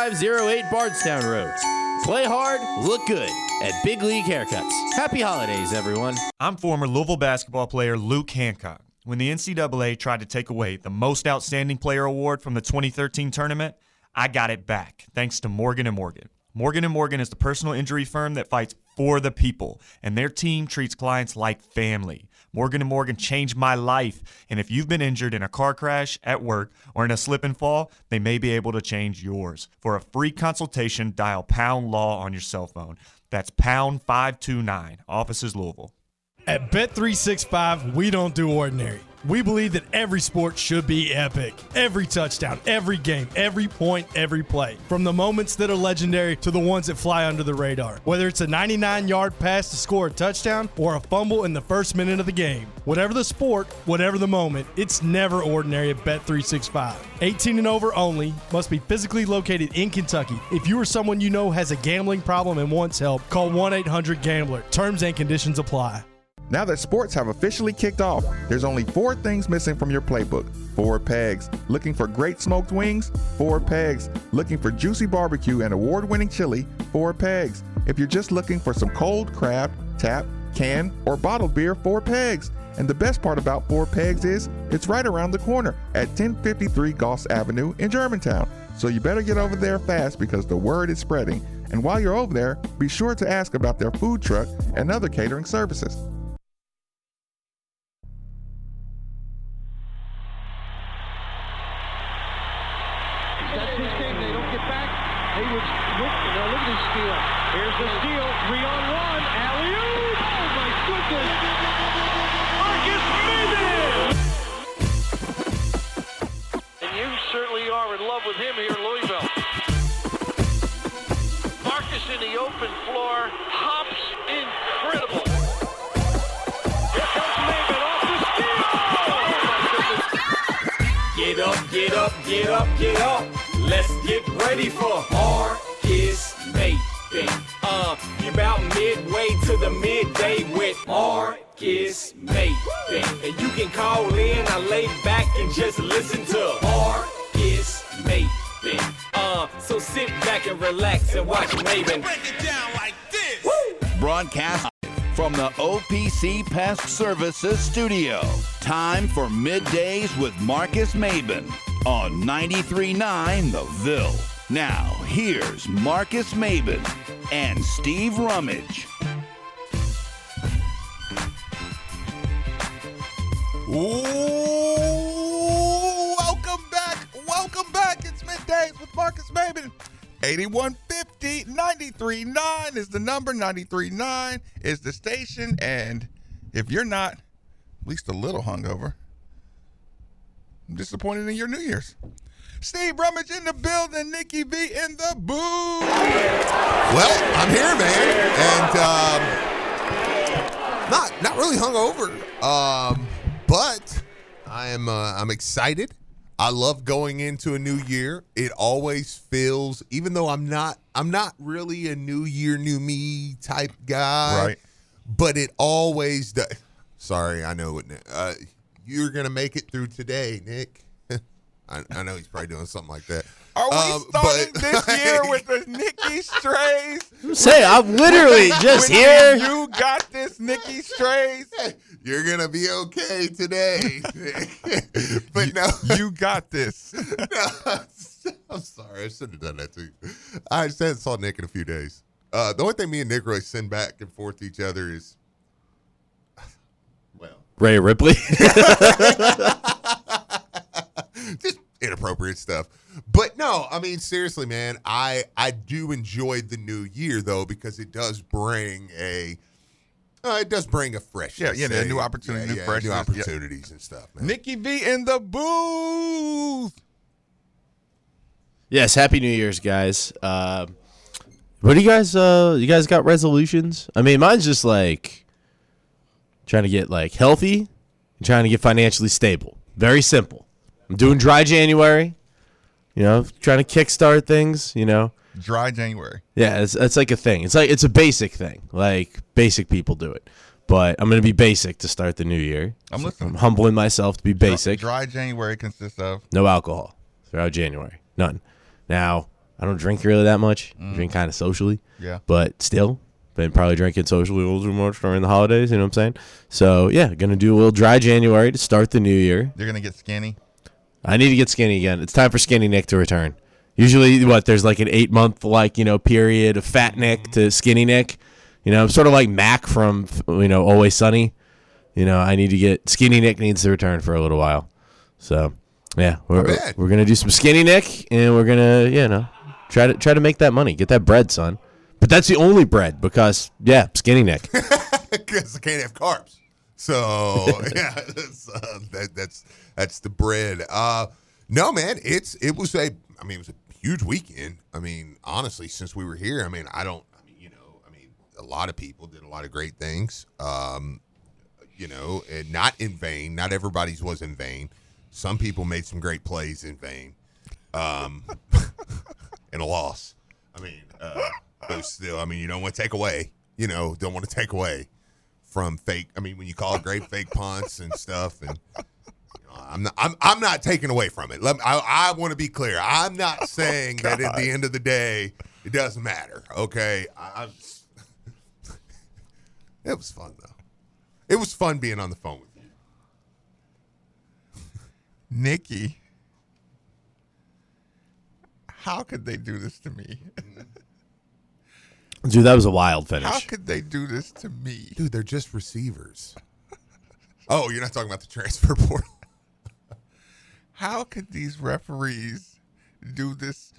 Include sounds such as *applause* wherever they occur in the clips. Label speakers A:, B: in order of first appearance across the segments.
A: 6508 Bardstown Road. Play hard, look good at Big League Haircuts. Happy holidays, everyone.
B: I'm former Louisville basketball player Luke Hancock. When the NCAA tried to take away the Most Outstanding Player award from the 2013 tournament, I got it back thanks to Morgan and Morgan. Morgan and Morgan is the personal injury firm that fights for the people, and their team treats clients like family. Morgan and Morgan changed my life, and if you've been injured in a car crash, at work, or in a slip and fall, they may be able to change yours. For a free consultation, dial pound law on your cell phone. That's pound 529, offices Louisville.
C: At Bet365, we don't do ordinary. We believe that every sport should be epic. Every touchdown, every game, every point, every play. From the moments that are legendary to the ones that fly under the radar. Whether it's a 99 yard pass to score a touchdown or a fumble in the first minute of the game. Whatever the sport, whatever the moment, it's never ordinary at Bet365. 18 and over only, must be physically located in Kentucky. If you or someone you know has a gambling problem and wants help, call 1 800 Gambler. Terms and conditions apply.
D: Now that sports have officially kicked off, there's only four things missing from your playbook. Four pegs. Looking for great smoked wings? Four pegs. Looking for juicy barbecue and award winning chili? Four pegs. If you're just looking for some cold crab, tap, can, or bottled beer, four pegs. And the best part about Four Pegs is it's right around the corner at 1053 Goss Avenue in Germantown. So you better get over there fast because the word is spreading. And while you're over there, be sure to ask about their food truck and other catering services.
E: That's his game. They don't get back. Hayward's look. Now look at this steal. Here's the steal. Three on one. Alley oop. Oh my goodness. Marcus Mendez. And you certainly are in love with him here in Louisville. Marcus in the open floor. Hops incredible. Here comes Maven off the steal. Oh my goodness.
F: Get up, get up, get up, get up. Let's get ready for Marcus Maven. Uh, you're about midway to the midday with Marcus Maven. And you can call in, I lay back and just listen to Marcus Maven. Uh, so sit back and relax and watch Maven.
A: Broadcast from the OPC Pest Services Studio. Time for middays with Marcus Maben on 93.9 The Ville. Now, here's Marcus Maben and Steve Rummage.
D: Ooh, welcome back. Welcome back. It's middays with Marcus Maben. 8150 939 is the number. 939 is the station. And if you're not at least a little hungover, I'm disappointed in your New Year's. Steve Rummage in the building, Nikki V in the booth.
G: Well, I'm here, man, and um, not not really hungover, um, but I am uh, I'm excited. I love going into a new year. It always feels, even though I'm not I'm not really a new year, new me type guy,
D: Right.
G: But it always does. Sorry, I know. It, uh, you're gonna make it through today, Nick. *laughs* I, I know he's probably doing something like that.
D: Are we
G: Um,
D: starting
G: but-
D: this
G: *laughs*
D: year with the Nikki Strays?
A: Say, I'm *laughs*
G: *laughs*
A: literally just
D: When
A: here.
D: You got this, Nikki Strays.
G: You're gonna be okay today. *laughs* but no,
D: You got this.
G: *laughs* no, I'm sorry. I shouldn't have done that to you. I just haven't saw Nick in a few days. Uh, the only thing me and Nick really send back and forth to each other is, well,
A: Ray Ripley. *laughs*
G: just inappropriate stuff. But no, I mean seriously, man, I I do enjoy the new year though because it does bring a uh, it does bring a fresh
D: Yeah, yeah, new opportunity, new
G: new
D: freshness, yeah.
G: opportunities and stuff. Man.
D: Nikki V in the booth.
A: Yes, happy New Year's, guys. Uh, what do you guys? Uh, you guys got resolutions? I mean, mine's just like trying to get like healthy and trying to get financially stable. Very simple. I'm doing dry January. You know, trying to kickstart things. You know,
D: Dry January.
A: yeah, it's, it's like a thing. It's like it's a basic thing. Like basic people do it. But I'm gonna be basic to start the new year.
D: I'm listening.
A: I'm humbling myself to be basic
D: Dry January consists of
A: no alcohol throughout January. None. Now, I don't drink really that much. Drink kind of socially.
G: Yeah.
A: But still, been probably drinking socially a little too much during the holidays. You know what I'm saying? So yeah, gonna do a little dry January to start the new year.
G: You're gonna get skinny.
A: I need to get skinny again. It's time for skinny Nick to return. Usually, what there's like an eight month like you know period of fat Nick to skinny Nick. You know, I'm sort of like Mac from you know Always Sunny. You know, I need to get skinny Nick needs to return for a little while. So yeah, we're
G: bad.
A: we're gonna do some skinny Nick, and we're gonna you know try to try to make that money, get that bread, son. But that's the only bread because yeah, skinny Nick.
G: because *laughs* I can't have carbs. So yeah, that's, uh, that, that's that's the bread. Uh, no, man, it's it was a I mean it was a huge weekend. I mean, honestly, since we were here, I mean, I don't, I mean, you know, I mean, a lot of people did a lot of great things. Um, you know, and not in vain. Not everybody's was in vain. Some people made some great plays in vain, um, *laughs* and a loss. I mean, uh, but still, I mean, you don't want to take away. You know, don't want to take away from fake. I mean, when you call it great fake punts and stuff, and you know, I'm not, I'm, I'm not taking away from it. Let me, I, I want to be clear. I'm
D: Oh,
G: not saying that at the end of the day, it doesn't matter. Okay, I, I'm just- *laughs* it was fun though. It was fun being on the phone with you.
D: Nikki, how could they do this to me?
A: Dude, that was a wild
D: How
A: finish.
D: could they do this to me?
G: Dude, they're just receivers. *laughs* Oh, you're not talking about the transfer *laughs* portal.
D: How could these referees do this?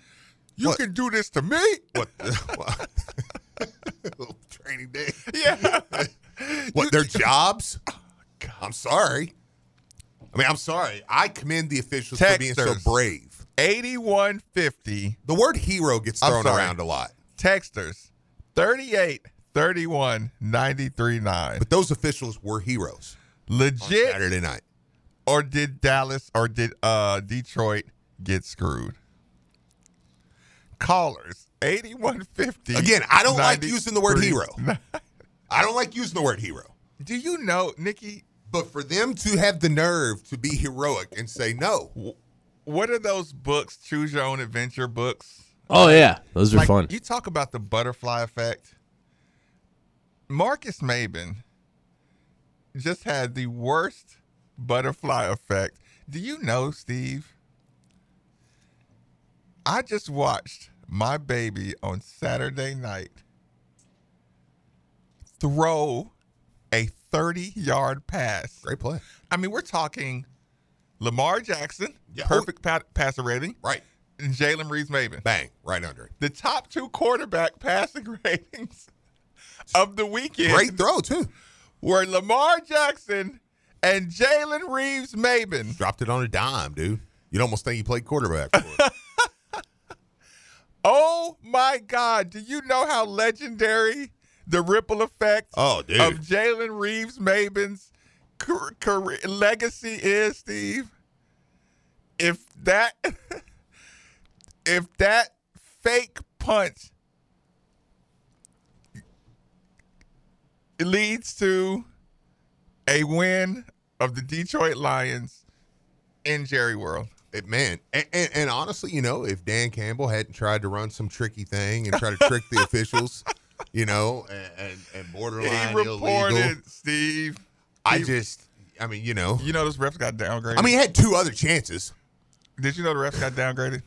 G: You
D: You can do this to me?
G: What? The, *laughs* what? Training day.
D: Yeah. Oh,
G: What
D: *laughs*
G: their jobs? I'm sorry. I mean, I'm sorry. I commend the officials for being so
D: Texters.
G: brave.
D: 8150
G: The word hero gets
D: I'm
G: thrown
D: sorry.
G: around a lot,
D: texters 38 31 93 9.
G: but those officials were heroes on
D: Legit
G: Saturday night.
D: or did Dallas or did uh Detroit get screwed? Callers 8150.
G: Again, I don't like using the word
D: 93.
G: *laughs* I don't like using the word hero,
D: Do you know, Nikki,
G: but for them to have the nerve to be heroic and say no,
D: what are those books, choose your own adventure books?
A: Oh yeah, those are
D: like,
A: fun.
D: You talk about the butterfly effect. Marcus Maben just had the worst butterfly effect. Do you know, Steve? I just watched my baby on Saturday night throw a 30 yard pass.
G: great play,
D: I mean, we're talking Lamar Jackson,
G: Yeah. oh.
D: perfect pa- passer rating,
G: right?
D: and Jalen Reeves Maven
G: Bang, right under it.
D: the top two quarterback passing *laughs* ratings of the weekend
G: Great throw too.
D: were Lamar Jackson and Jalen Reeves Maben.
G: Dropped it on a dime, dude. You'd almost think he played quarterback. For it.
D: *laughs* Oh my God. Do you know how legendary the ripple effect
G: Oh, dude.
D: of Jalen Reeves Maben's car- career- legacy is, Steve? If that *laughs* if that fake punch leads to a win of the Detroit Lions in Jerry World.
G: It- man, and, and, and honestly, you know, if Dan Campbell hadn't tried to run some tricky thing and try to trick the officials, you know, and, and, and borderline
D: He
G: illegal,
D: reported, Steve.
G: I
D: he-
G: just, I mean, you know,
D: You know those refs got downgraded.
G: I mean, he had two other chances.
D: did you know the refs got
G: *laughs*
D: downgraded?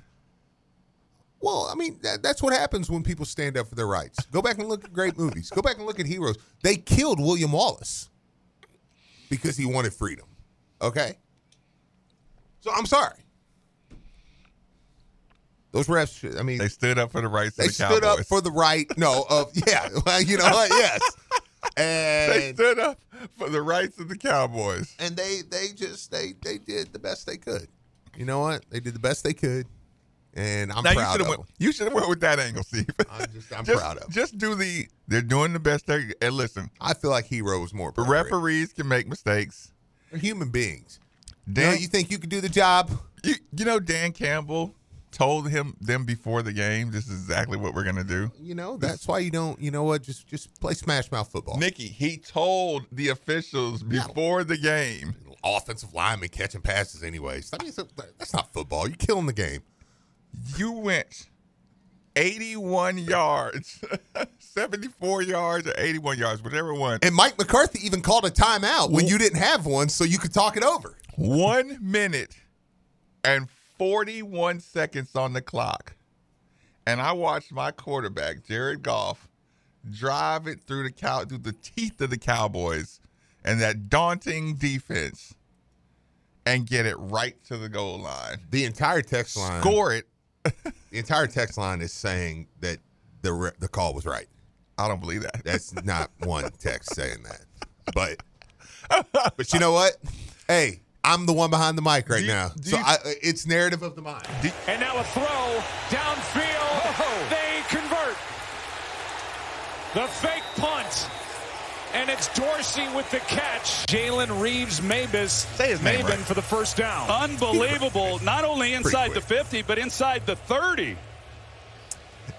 G: Well, I mean, that, that's what happens when people stand up for their rights. Go back and look at great movies. Go back and look at heroes. They killed William Wallace because he wanted freedom. Okay? So I'm sorry. Those refs, should- I mean,
D: They stood up for the rights
G: they
D: of the
G: stood
D: Cowboys.
G: up for the right. No, of *laughs* yeah, well, you
D: *laughs*
G: know what? Yes,
D: they
G: and
D: stood up for the rights of the Cowboys.
G: and they they just they they did the best they could. You know what? They did the best they could, and I'm
D: now you
G: proud
D: should
G: of
D: have
G: them.
D: went. You should have went with that angle, Steve. *laughs*
G: I'm just I'm
D: just,
G: proud of. Them.
D: just do the. They're doing the best they. And listen,
G: I feel like hero was more.
D: the
G: appropriate.
D: referees can make mistakes.
G: They're human beings.
D: Dan,
G: you, know, you think you can do the job?
D: you, you know Dan Campbell told him them before the game. This is exactly what we're gonna do.
G: You know that's why you don't. You know what? Just just play smash mouth football.
D: Nikki, he told the officials before the game.
G: Offensive lineman catching passes, anyways. I mean, it's a- that's not football. You're killing the game.
D: You went
H: 81 yards, *laughs* 74 yards or 81 yards, whatever one.
G: And Mike McCarthy even called a timeout when you didn't have one, so you could talk it over.
H: One minute and 41 seconds on the clock. And I watched my quarterback, Jared Goff, drive it through the cow through the teeth of the Cowboys and that daunting defense and get it right to the goal line.
G: The entire text line,
H: Score it.
G: *laughs* the entire text line is saying that the re- the call was right.
H: I don't believe that.
G: That's
H: *laughs*
G: not one text saying that, but but you know what? Hey, I'm the one behind the mic right
H: Do you-
G: now,
H: do
G: so
H: you-
G: I, it's narrative of the mind.
F: And now a throw downfield. They convert. The fake punt. And it's Dorsey with the catch. Jalen Reeves Mabus.
H: Say his name
F: Maben
H: right.
F: for the first down.
I: Unbelievable. Not only inside the
G: quick.
I: 50, but inside the 30.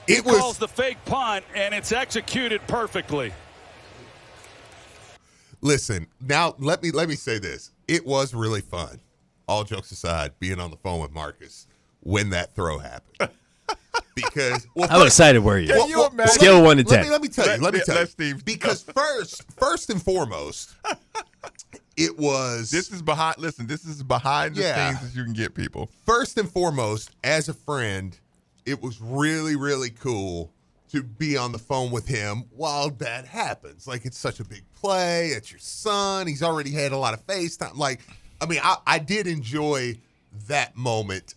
G: It
I: Calls
G: was
I: the fake punt, and it's executed perfectly.
G: listen. Now let me let me say this. It was really fun. All jokes aside, being on the phone with Marcus when that
H: *laughs*
G: throw happened, because well,
A: How excited were you?
G: Well,
H: you
G: well,
H: imagine-
A: Scale one to
G: let me-
A: ten.
G: Let me, tell you.
H: Let-
G: Let me
H: let
G: tell you.
H: Steve-
G: Because first, first
H: *laughs*
G: and foremost, it was
H: This is behind listen, this is behind the
G: Yeah.
H: scenes that you can get people.
G: first and foremost, as a friend, it was really, really cool to be on the phone with him while that happens. Like, it's such a big play. It's your son. He's already had a lot of FaceTime. Like, I mean, I, I did enjoy that moment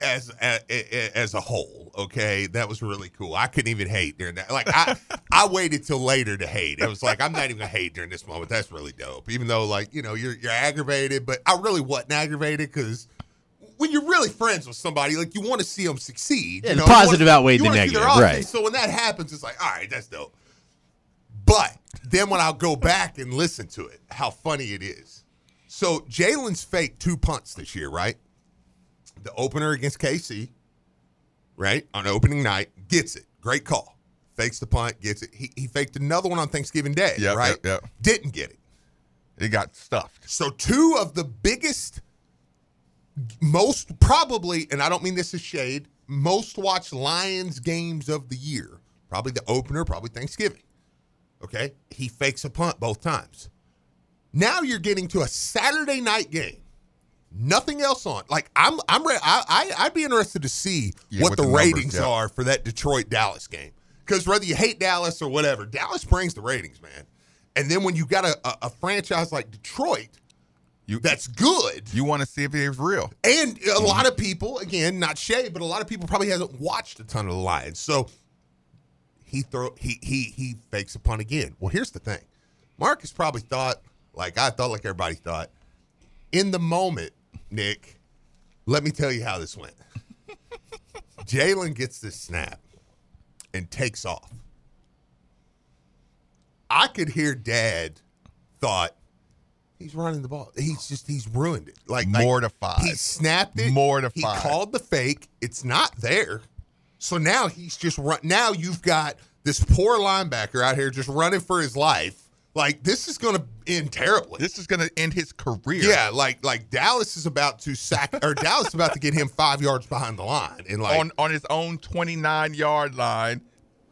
G: as a, as a whole. Okay, that was really cool. I couldn't even hate during that. Like
A: *laughs*
G: I I waited till later to hate. It was like I'm not even gonna hate during this moment. That's really dope. Even though like you know you're you're aggravated, but I really wasn't aggravated because. When you're really friends with somebody, like you want to see them succeed.
A: Yeah,
G: you
A: the
G: know? You wanna-
A: positive outweighed
G: you
A: the
G: wanna see their
A: negative,
G: offense.
A: right.
G: So when that happens, it's like, all right, that's dope. But then when I'll go back and listen to it, how funny it is. So Jalen's faked two punts this year, right? The opener against KC, right? On opening night, gets it. Great call. Fakes the punt, gets it. He, he faked another one on Thanksgiving Day,
H: Yep,
G: right?
H: yep, yep.
G: Didn't get it.
H: It got stuffed.
G: So two of the biggest, most probably, and I don't mean this as shade, most watched Lions games of the year. Probably the opener, probably Thanksgiving. Okay, he fakes a punt both times. Now you're getting to a Saturday night game. Nothing else on. Like I'm, I'm ready. I, I, I'd be interested to see
H: Yeah,
G: what,
H: what
G: the,
H: the numbers,
G: ratings
H: yeah.
G: are for that Detroit Dallas game. Because whether you hate Dallas or whatever, Dallas brings the ratings, man. And then when you got a, a, a franchise like Detroit,
H: You
G: that's good.
H: you want to see if it was real.
G: And a lot of people, again, not Shay, but a lot of people probably hasn't watched a ton of the Lions. So he throw he he he fakes a punt again. Well, here's the thing. Marcus probably thought, like I thought, like everybody thought, in the moment, Nick, let me tell you how this went. *laughs* Jalen gets this snap and takes off. I could hear dad thought he's running the ball. He's just he's ruined it. Like like,
H: Mortified.
G: he snapped it. He
H: Mortified.
G: called the fake. It's not there. So now he's just run. Now you've got this poor linebacker out here just running for his life. Like this is going to end terribly.
H: This is going to end his career.
G: yeah, like like Dallas is about to sack or Dallas is about to get him five yards behind the line and like
H: on on his own 29 yard line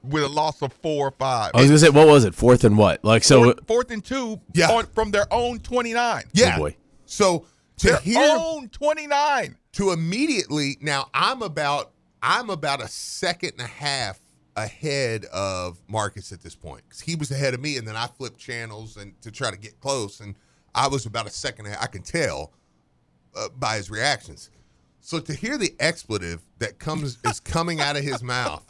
H: with a loss of four or five.
A: I was gonna say, what was it? Fourth and what? Like so.
H: fourth, fourth and two
G: Yeah.
H: on, from their own 29.
G: yeah.
A: Oh, boy.
G: So to
H: Their
G: hear
H: own 29.
G: to immediately now I'm about I'm about a second and a half ahead of Marcus at this point 'Cause he was ahead of me and then I flipped channels and to try to get close and I was about a second and a- I can tell uh, by his reactions. So to hear the expletive that comes is coming out of his mouth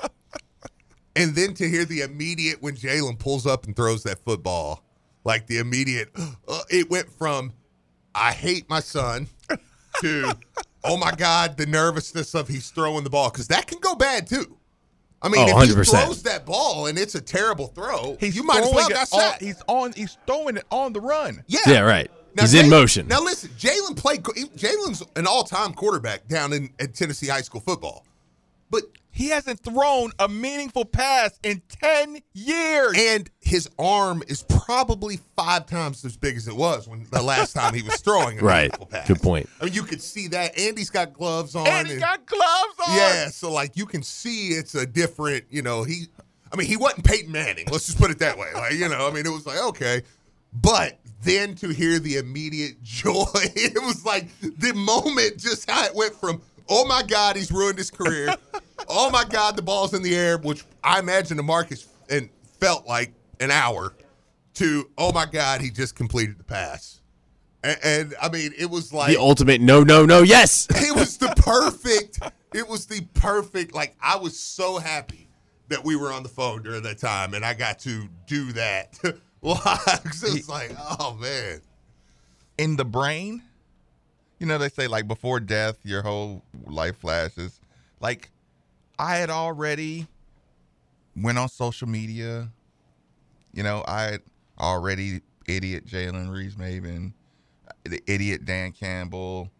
G: and then to hear the immediate when Jalen pulls up and throws that football, like the immediate, *gasps* uh, it went from I hate my son *laughs* to oh my god, the nervousness of he's throwing the ball because that can go bad too. I mean,
A: Oh,
G: if he
A: 100%.
G: throws that ball and it's a terrible throw,
H: He's
G: you might as well
H: throwing
G: got
H: it on-
G: sacked.
H: He's on. He's throwing it on the run.
G: yeah,
A: Yeah, right. He's in
G: Jalen-
A: motion.
G: Now listen, Jalen played. Jalen's an all-time quarterback down in at Tennessee high school football, but
H: He hasn't thrown a meaningful pass in 10 years.
G: And his arm is probably five times as big as it was when the last time he was throwing
A: *laughs*
G: a
A: Right.
G: meaningful pass.
A: Good point.
G: I mean, you could see that. Andy's got gloves on.
H: And he
G: and-
H: got gloves on.
G: Yeah, so like you can see it's a different, you know, he I mean, he wasn't Peyton Manning. Let's just put it that way. Like, you know, I mean, it was like, okay. But then to hear the immediate *laughs* joy, it was like the moment just how it went from, oh my God, he's ruined his career. oh my God, the ball's in the air, which I imagine the Marcus and felt like an hour to, oh my God, he just completed the pass. And, and I mean, it was like
A: The ultimate no, no, no, yes.
G: *laughs* it was the perfect. It was the perfect. Like I was so happy that we were on the phone during that time, and I got to do that. *laughs* live. 'Cause it was like, oh man,
H: in the brain. You know, they say like before death, your whole life flashes. Like I had already went on social media. You know, I had already idiot Jalen Reeves Maven, the idiot Dan Campbell,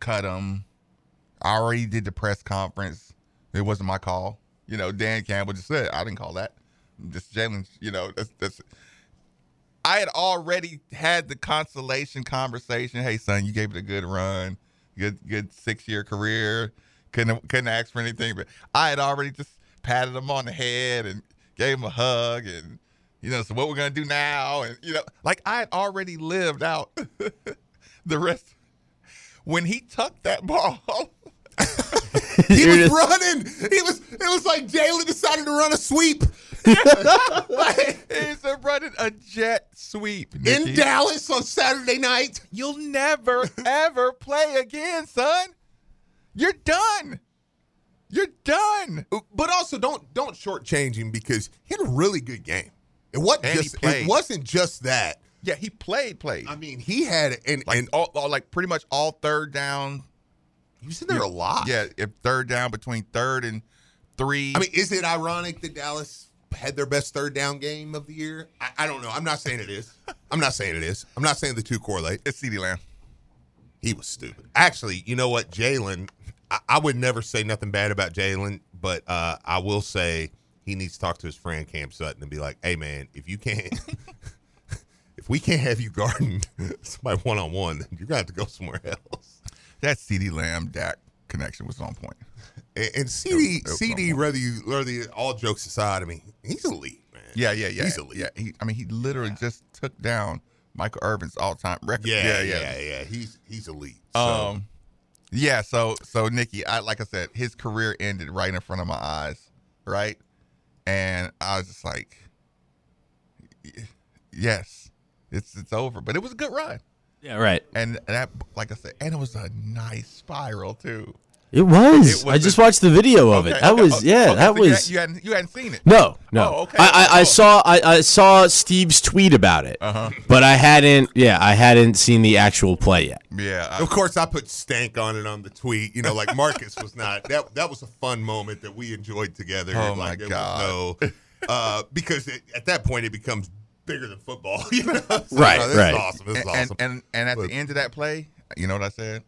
H: cut him. I already did the press conference. It wasn't my call. You know, Dan Campbell just said I didn't call that. Just Jalen, you know, that's that's I had already had the consolation conversation. Hey, son, you gave it a good run, good good six year career. Couldn't couldn't ask for anything, but I had already just patted him on the head and gave him a hug, and you know, so what we're gonna do now, and you know, like I had already lived out *laughs* the rest. When he tucked that ball,
G: *laughs* he
A: You're
G: was
A: just-
G: running. He was. It was like Jalen decided to run
A: *laughs*
G: a sweep
H: like, he's running a jet sweep Nikki.
G: in Dallas on Saturday night.
H: You'll never, ever play again, son. You're done. You're done.
G: Uh, But also, don't don't shortchange him because he had a really good game. It wasn't
H: And he
G: just. It
H: played.
G: wasn't just that.
H: Yeah, he played, played.
G: I mean, he had and
H: like,
G: and
H: all, all- like pretty much all third down.
G: he was in there a lot.
H: Yeah, if third down between third and three.
G: I mean, is it ironic that Dallas had their best third down game of the year? I, I don't know. I'm not saying it is. I'm not saying it is. I'm not saying the two correlate.
H: it's CeeDee Lamb.
G: He was stupid. Actually, you know what, Jalen? I, I would never say nothing bad about Jalen, but uh, I will say he needs to talk to his friend Cam Sutton and be like, "Hey, man, if you can't, *laughs* if we can't have you guarding *laughs* somebody one on one, then you're gonna have to go somewhere else."
H: That CeeDee Lamb Dak connection was on point.
G: And, and CD,
H: Nope, nope,
G: CD,
H: nope.
G: whether you, whether you, all jokes aside, I mean, he's elite, man.
H: Yeah, yeah, yeah.
G: He's elite.
H: Yeah, he, I mean, he literally just took down Michael Irvin's all time record.
G: Yeah, yeah, yeah, yeah. He's he's elite. So.
H: Um, yeah. So so Nikki, I like I said, his career ended right in front of my eyes, right? And I was just like, y- yes, it's it's over. But it was a good run,
A: Yeah, right.
H: and that like I said, and it was a nice spiral too.
A: It was.
H: It was
A: I just
H: a-
A: watched the video of
H: Okay,
A: it. That
H: okay,
A: was
H: okay,
A: yeah.
H: okay,
A: that
H: so you
A: was
H: had- you hadn't you hadn't seen it.
A: no, no.
H: Oh, okay,
A: I, I, I
H: cool.
A: saw I, I saw Steve's tweet about it,
H: Uh huh.
A: but I hadn't. Yeah, I hadn't seen the actual play yet.
H: Yeah. I-
G: of course, I put stank on it on the tweet. You know, like Marcus was not that. That was a fun moment that we enjoyed together.
H: Oh,
G: And, like,
H: my
G: there was
H: God.
G: No, uh, because it, at that point it becomes bigger than football. *laughs* You know, So,
A: Right,
G: no, this
A: right.
G: Is awesome. This is
H: and, and-
G: awesome.
H: and and at
G: Look.
H: the end of that play, you know what I said?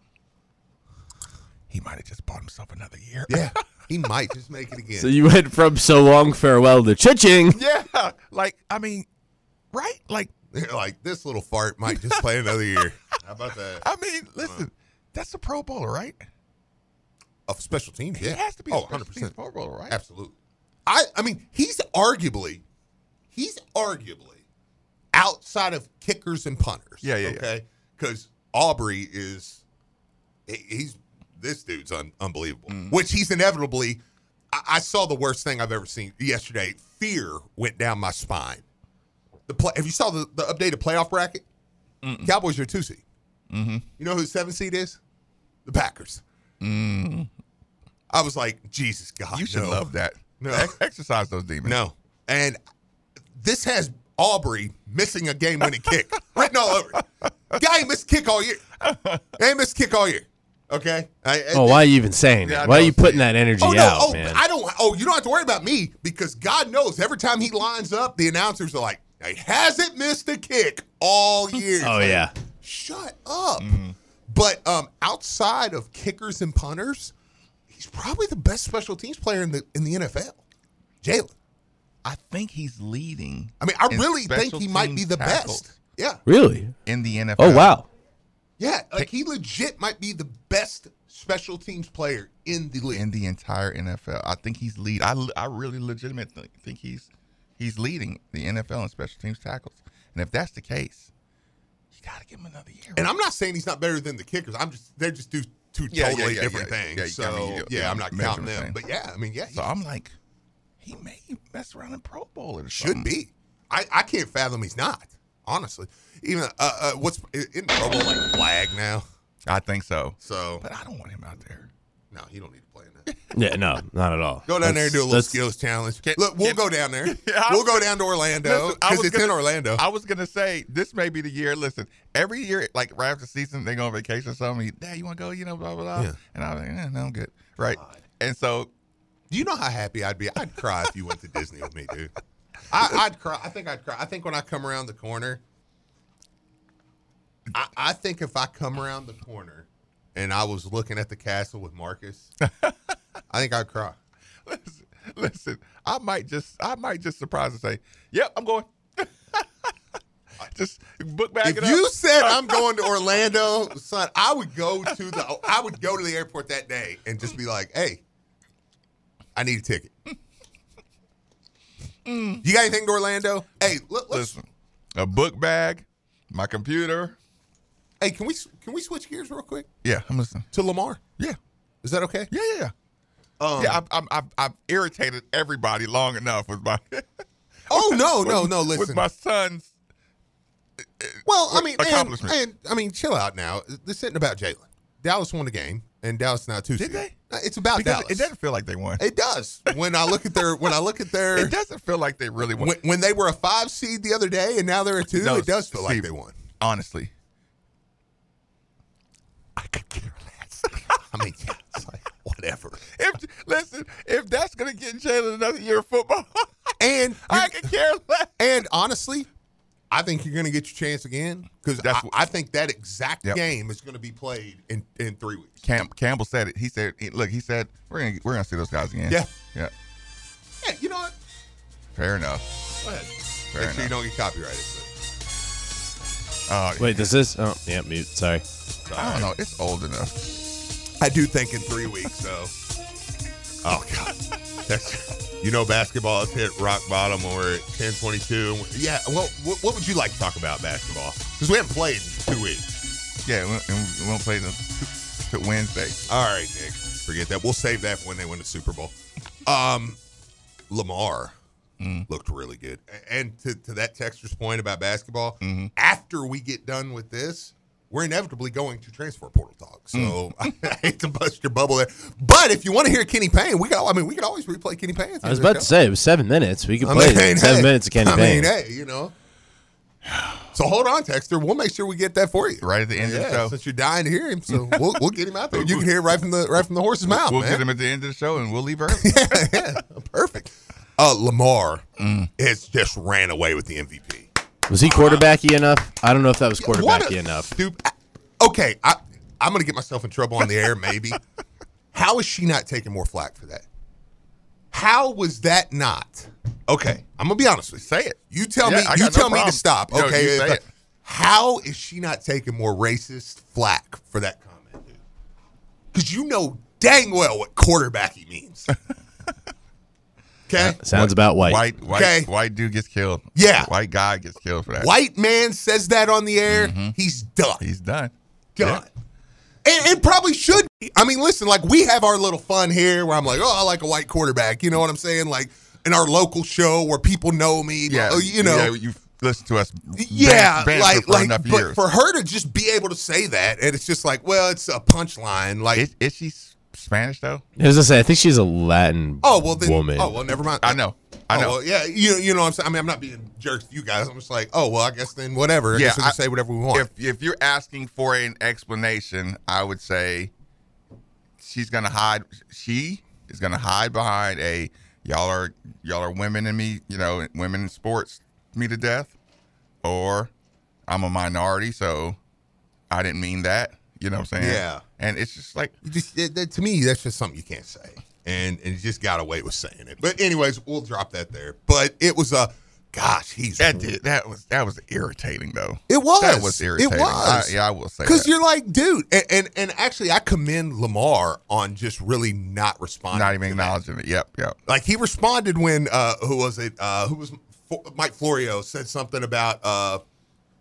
H: He might have just bought himself another year.
G: yeah, he might just make it again.
A: So you went from so long farewell to cha-ching.
H: yeah. Like I mean, right? Like
G: They're *laughs* like this little fart might just play another year. How about that?
H: *laughs* I mean, listen, that's a Pro Bowler, right?
G: Of special teams, yeah,
H: It has to be
G: Oh,
H: a
G: 100
H: 100%
G: percent.
H: Pro Bowler, right?
G: Absolutely. I I mean, he's arguably he's arguably outside of kickers and punters.
H: Yeah, yeah, yeah.
G: Okay. Because Aubrey is he- he's this dude's un- unbelievable.
H: Mm.
G: Which he's inevitably I-, I saw the worst thing I've ever seen yesterday. Fear went down my spine. The play have you saw the, the updated playoff bracket? Cowboys are a two seed. You know who the seven seed is? The Packers. I was like, Jesus God.
H: You should
G: no.
H: love that.
G: No.
H: Ex- exercise those demons.
G: No. And this has Aubrey missing a game winning kick *laughs* written all over it. Guy ain't missed a kick all year. Ain't missed a kick all year. Okay? I, I-
A: Oh, why are you even saying
H: Yeah, I
A: that? Why are
H: know,
A: you putting that energy
G: Oh,
A: out,
G: no. Oh,
A: man?
G: I don't. Oh, you don't have to worry about me because God knows every time he lines up, the announcers are like, he hasn't missed a kick all year.
A: oh
G: It's like,
A: yeah.
D: Mm-hmm.
G: Shut up. But um, outside of kickers and punters, he's probably the best special teams player in the in the NFL. Jalen.
D: I think he's leading.
G: I mean, I
D: in
G: really think
D: special
G: he might
D: teams
G: be the
D: tackles
G: best. Yeah.
A: Really?
D: in the NFL.
A: Oh wow.
G: Yeah. Like he legit might be the best special teams player in the league.
D: in the entire NFL. I think he's lead. I, I really legitimately think he's he's leading the NFL in special teams tackles. And if that's the case, you got to give him another year.
G: And I'm not saying he's not better than the kickers. I'm just they're just do two
D: Yeah, yeah,
G: totally
D: yeah,
G: different
D: yeah,
G: things.
D: yeah,
G: so
D: yeah, I mean, you-
G: yeah,
D: yeah,
G: I'm not
D: measure
G: counting
D: the
G: them.
D: same.
G: But yeah, I mean, yeah, he
D: so I'm like, he may mess around in Pro Bowl or
G: should be. I, I can't fathom he's not. Honestly, even uh, uh what's in trouble like flag now.
D: I think so.
G: So
D: But I don't want him out there.
G: no, he don't need to play in that.
A: Yeah, no, not at all.
G: Go down there and do a little
A: That's-
G: skills challenge. Look, we'll
D: *laughs*
G: go down there.
D: I
G: we'll
D: was-
G: go down to Orlando
D: Listen, I
G: because
D: was
G: it's in
D: gonna-
G: Orlando.
D: I was gonna say this may be the year. Listen, every year, like right after season, they go on vacation or something. You, Dad, you want to go? You know, blah blah blah.
G: Yeah.
D: And I'm like, eh, no, I'm good. Right. And so
G: Do you know how happy I'd be? I'd cry if you went to Disney with me, dude.
D: *laughs*
G: I, I'd cry. I think I'd cry. I think when I come around the corner, I, I think if I come around the corner and I was looking at the castle with
D: *laughs*
G: Marcus, I think I'd cry.
D: listen, listen, I might just, I might just surprise and say, "Yep, I'm going." *laughs* just book bag it
G: If
D: up.
G: you said I'm going to Orlando, son, I would go to the I would go to the airport that day and just be like, "Hey, I need a ticket."
D: Mm.
G: You got anything to Orlando? Hey, let, let's
D: listen, a book bag, my computer.
G: Hey, can we can we switch gears real quick
D: Yeah, I'm listening.
G: to Lamar?
D: Yeah,
G: Is that okay?
D: yeah, yeah, yeah.
G: Um,
D: yeah, I've, I'm, I've, I've irritated everybody long enough with my.
G: oh no, *laughs* no, no.
D: with
G: Listen.
D: my son's.
G: well, I mean, and,
D: accomplishment.
G: and I mean, chill out now. This isn't about Jalen. Dallas won the game, and Dallas now two.
D: Did
G: seed.
D: they?
G: No, It's about
D: Because
G: Dallas.
D: it doesn't feel like they won.
G: It does. When I look at their, when I look at their,
D: *laughs* It doesn't feel like they really won.
G: when, when they were a five seed the other day, and now they're a two.
D: No,
G: it does feel
D: see-
G: like they won.
D: Honestly, I could care less.
G: *laughs* I mean, yeah, it's like
D: *laughs*
G: whatever.
D: if listen, if that's gonna get Jalen another year of football, *laughs*
G: And
D: I could care less.
G: And honestly, I think you're going to get your chance again because
D: That's
G: I,
D: what-
G: I think that exact
D: Yep.
G: game is going to be played in, in three weeks.
D: Cam, Campbell said it. He said, he- "Look, he said we're gonna we're gonna see those guys again."
G: Yeah.
D: yeah.
G: Yeah, you know what?
D: Fair enough.
G: Go ahead.
D: Fair
G: Make sure you
D: enough.
G: don't get copyrighted. but-
D: Uh,
A: Wait, does this? Oh, yeah, mute. Sorry.
D: I don't know. It's old enough.
G: I do think in three weeks, though. Oh God, that's you know basketball has hit rock bottom. When we're at ten twenty two. Yeah. Well, what, what would you like to talk about basketball? Because we haven't played in two weeks.
D: Yeah, we- and we won't play them to Wednesday.
G: All right, Nick. Forget that. We'll save that for when they win the Super Bowl. Um, Lamar
A: Mm.
G: looked really good. A- And to, to that texter's point about basketball,
A: Mm-hmm.
G: after we get done with this, we're inevitably going to transfer portal talk. So
A: Mm.
G: *laughs* I hate to bust your bubble there. But if you want to hear Kenny Payne, we could. al- I mean, we could always replay Kenny Payne.
A: I was about to say it was seven minutes. We could
G: I
A: play
G: mean,
A: seven
G: hey,
A: minutes of Kenny
G: I
A: Payne.
G: mean, hey, you know. So hold on, Texter. We'll make sure we get that for you
D: Right at the end
G: Yeah,
D: of the show,
G: since you're dying to hear him,
A: *laughs*
G: so we'll, we'll get him out there. You can hear it right from the right from the horse's mouth.
D: we'll
G: man.
D: get him at the end of the show, and we'll leave *laughs* early.
G: yeah, perfect. Uh, Lamar
A: Mm.
G: has just ran away with the MVP.
A: Was he quarterbacky enough? I don't know if that was
G: Uh, What
A: quarterbacky
G: a
A: enough.
G: Stup- I- okay, I, I'm going to get myself in trouble on the
D: *laughs*
G: air, maybe. How is she not taking more flack for that? How was that not? Okay, I'm going to be honest with you. Say it. You tell
D: Yeah,
G: me.
D: I got
G: You
D: no
G: tell me
D: problem.
G: to stop.
D: No,
G: Okay.
D: you
G: It's
D: say
G: like,
D: it.
G: How is she not taking more racist flack for that comment, dude? Because you know dang well what
D: *laughs*
G: quarterbacky means. Okay.
A: Sounds about white.
D: White, white,
G: Okay.
D: white dude gets killed.
G: Yeah.
D: white guy gets killed for that.
G: White man says that on the air.
D: Mm-hmm.
G: He's done.
D: He's done.
G: done. And, and probably should be. I mean, listen, like we have our little fun here where I'm like, oh, I like a white quarterback. You know what I'm saying? Like in our local show where people know me.
D: Yeah,
G: oh, you know.
D: yeah,
G: Yeah.
D: you've listened to us. ban- banter
G: like,
D: for
G: like,
D: enough
G: but
D: years.
G: for her to just be able to say that, and it's just like, well, it's a punchline. Like,
D: is, is she s- Spanish though?
A: I was gonna say I think she's a Latin.
G: oh, well, then,
A: woman.
G: oh, well, never mind.
D: I know, I
G: Oh,
D: know.
G: well, yeah, you you know what I'm saying. I mean, I'm not being jerks to you guys. I'm just like, oh, well, I guess then whatever. I
D: Yeah,
G: guess we can
D: I-
G: say whatever we want.
D: if if you're asking for an explanation, I would say she's gonna hide. She is gonna hide behind a y'all are y'all are women and me. You know, women in sports me to death, or I'm a minority, so I didn't mean that. You know what I'm saying?
G: Yeah.
D: And it's just like
G: You just that- that- to me that's just something you can't say and and you just got away with saying it but anyways we'll drop that there but it was a gosh he's
D: that. Did, that was that was irritating though.
G: it was
D: That was irritating.
G: it was
D: I- yeah, I will say
G: because
D: that.
G: you're like dude and, and and actually i commend lamar on just really not responding
D: not even
G: to that.
D: acknowledging it. Yep, yep.
G: Like he responded when uh who was it? Uh who was F- Mike Florio said something about uh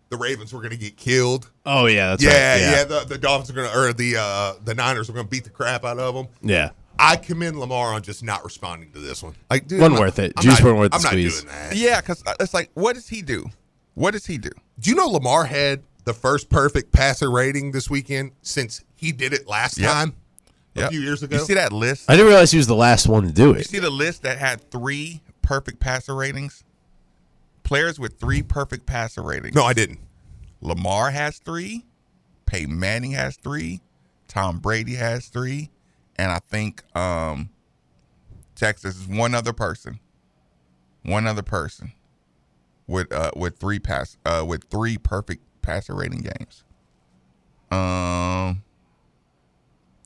G: the Ravens were going to get killed.
A: Oh yeah, that's
G: yeah,
A: right.
G: yeah, The, the Dolphins are going to or the uh the Niners are going to beat the crap out of them.
A: yeah.
G: I commend Lamar on just not responding to this one.
D: Like dude,
A: One
D: I'm
A: worth it.
G: I'm
A: Juice
G: not,
A: weren't worth the
G: I'm not
A: squeeze.
G: doing that.
D: not- Yeah, because it's like, what does he do? What does he do?
G: Do you know Lamar had the first perfect passer rating this weekend since he did it last
D: Yep.
G: time a
D: Yep.
G: few years ago?
D: You see that list?
A: I didn't realize he was the last one to do
D: You
A: it.
D: see the list that had three perfect passer ratings? Players with three perfect passer ratings.
G: No, I didn't.
D: Lamar has three. Peyton Manning has three. Tom Brady has three. And I think um, Texas is one other person. One other person with uh, with three pass uh, with three perfect passer rating games. Um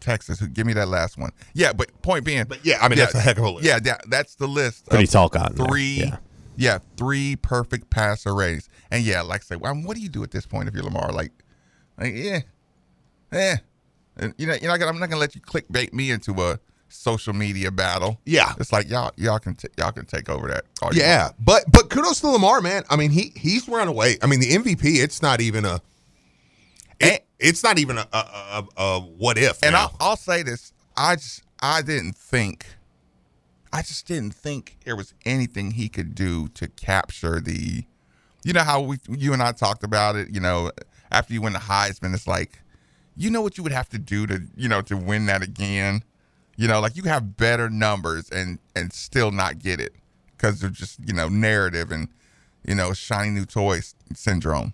D: Texas, who give me that last one. Yeah, but point being,
G: But yeah, I mean, that's a heck of a list.
D: Yeah, that, that's the list.
A: Pretty
D: of
A: tall cotton there,
D: Three,
A: yeah.
D: yeah, three perfect passer ratings. And yeah, like I say, well, what do you do at this point if you're Lamar? Like, like yeah, yeah. And you know, you're not gonna, I'm not gonna let you clickbait me into a social media battle.
G: Yeah.
D: it's like y'all, y'all can, t- y'all can take over that. all you want.
G: Yeah, but but kudos to Lamar, man. I mean, he he's run away. I mean, the MVP. It's not even a. It, it's not even a, a, a, a what if.
D: And
G: now.
D: I'll, I'll say this: I just, I didn't think, I just didn't think there was anything he could do to capture the. You know how we, you and I talked about it. You know, after you win the Heisman, it's like, you know what you would have to do to, you know, to win that again. You know, like you have better numbers and and still not get it because they're just you know narrative and you know shiny new toys syndrome.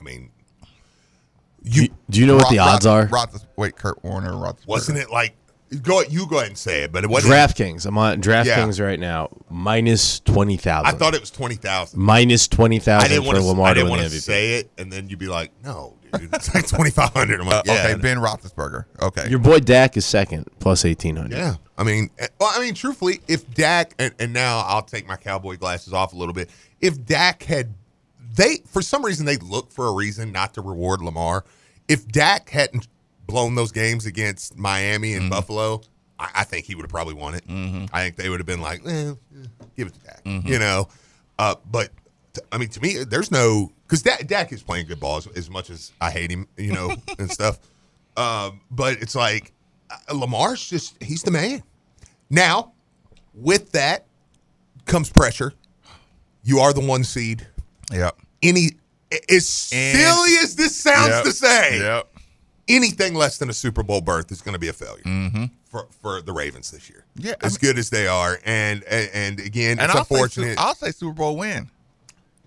G: I mean,
A: Do you, do you know what the odds are?
D: Roth, wait, Kurt Warner. Roethlisberger.
G: wasn't it like go you go ahead and say it, but it wasn't.
A: DraftKings. I'm on DraftKings right now. Minus twenty
G: I
A: thousand.
G: thought it was twenty thousand.
A: minus twenty
G: I
A: thousand
G: didn't
A: for
G: want to.
A: Lamar
G: I
A: to
G: didn't
A: win
G: want
A: the
G: to
A: MVP.
G: say it, and then you'd be like, "No, dude, it's like *laughs* twenty five hundred.
A: *laughs*
G: I'm like, yeah,
D: okay, Ben Roethlisberger. Okay,
A: Your boy Dak is second, plus eighteen hundred.
G: Yeah, I mean, eh, well, I mean, truthfully, if Dak and, and now I'll take my cowboy glasses off a little bit. If Dak had, they for some reason they look for a reason not to reward Lamar. If Dak hadn't blown those games against Miami and Buffalo, I, I think he would have probably won it. I think they would have been like, eh, eh, give it to Dak, you know. Uh, but t- I mean, to me, there's no because Dak, Dak is playing good ball as, as much as I hate him, you know, and stuff. Um, but it's like uh, Lamar's just he's the man. Now, with that comes pressure. You are the one seed.
D: Yep.
G: Any as
D: And-
G: silly as this sounds
D: Yep.
G: to say,
D: Yep.
G: anything less than a Super Bowl berth is going to be a failure for for the Ravens this year.
D: Mm-hmm. Yeah, I
G: as
D: mean-
G: good as they are, and and, and again,
D: And
G: it's
D: I'll Say,
G: unfortunate.
D: Su- I'll say Super Bowl win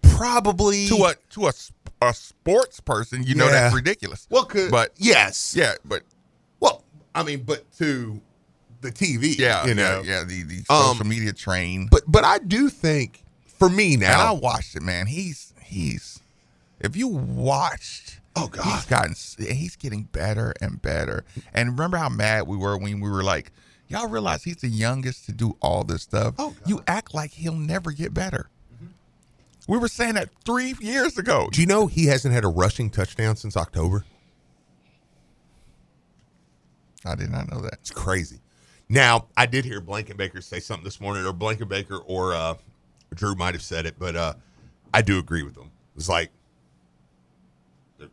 G: probably
D: to a to a, s- a sports person. You know
G: Yeah.
D: that's ridiculous.
G: well, could
D: but
G: yes,
D: yeah, but
G: Well, I mean, but to the TV,
D: yeah,
G: you
D: you
G: know,
D: yeah, the the
G: Um,
D: social media train.
G: But but I do think for me
D: and I
G: now,
D: watched it, man. He's he's if you watched.
G: Oh, God.
D: he's gotten s- he's getting better and better. And remember how mad we were when we were like, y'all realize he's the youngest to do all this stuff.
G: Oh, God.
D: you act like he'll never get better. We were saying that three years ago.
G: Do you know he hasn't had a rushing touchdown since October?
D: I did not know that.
G: It's crazy. Now, I did hear Blankenbaker say something this morning, or Blankenbaker or uh, Drew might have said it, but uh, I do agree with them. It's like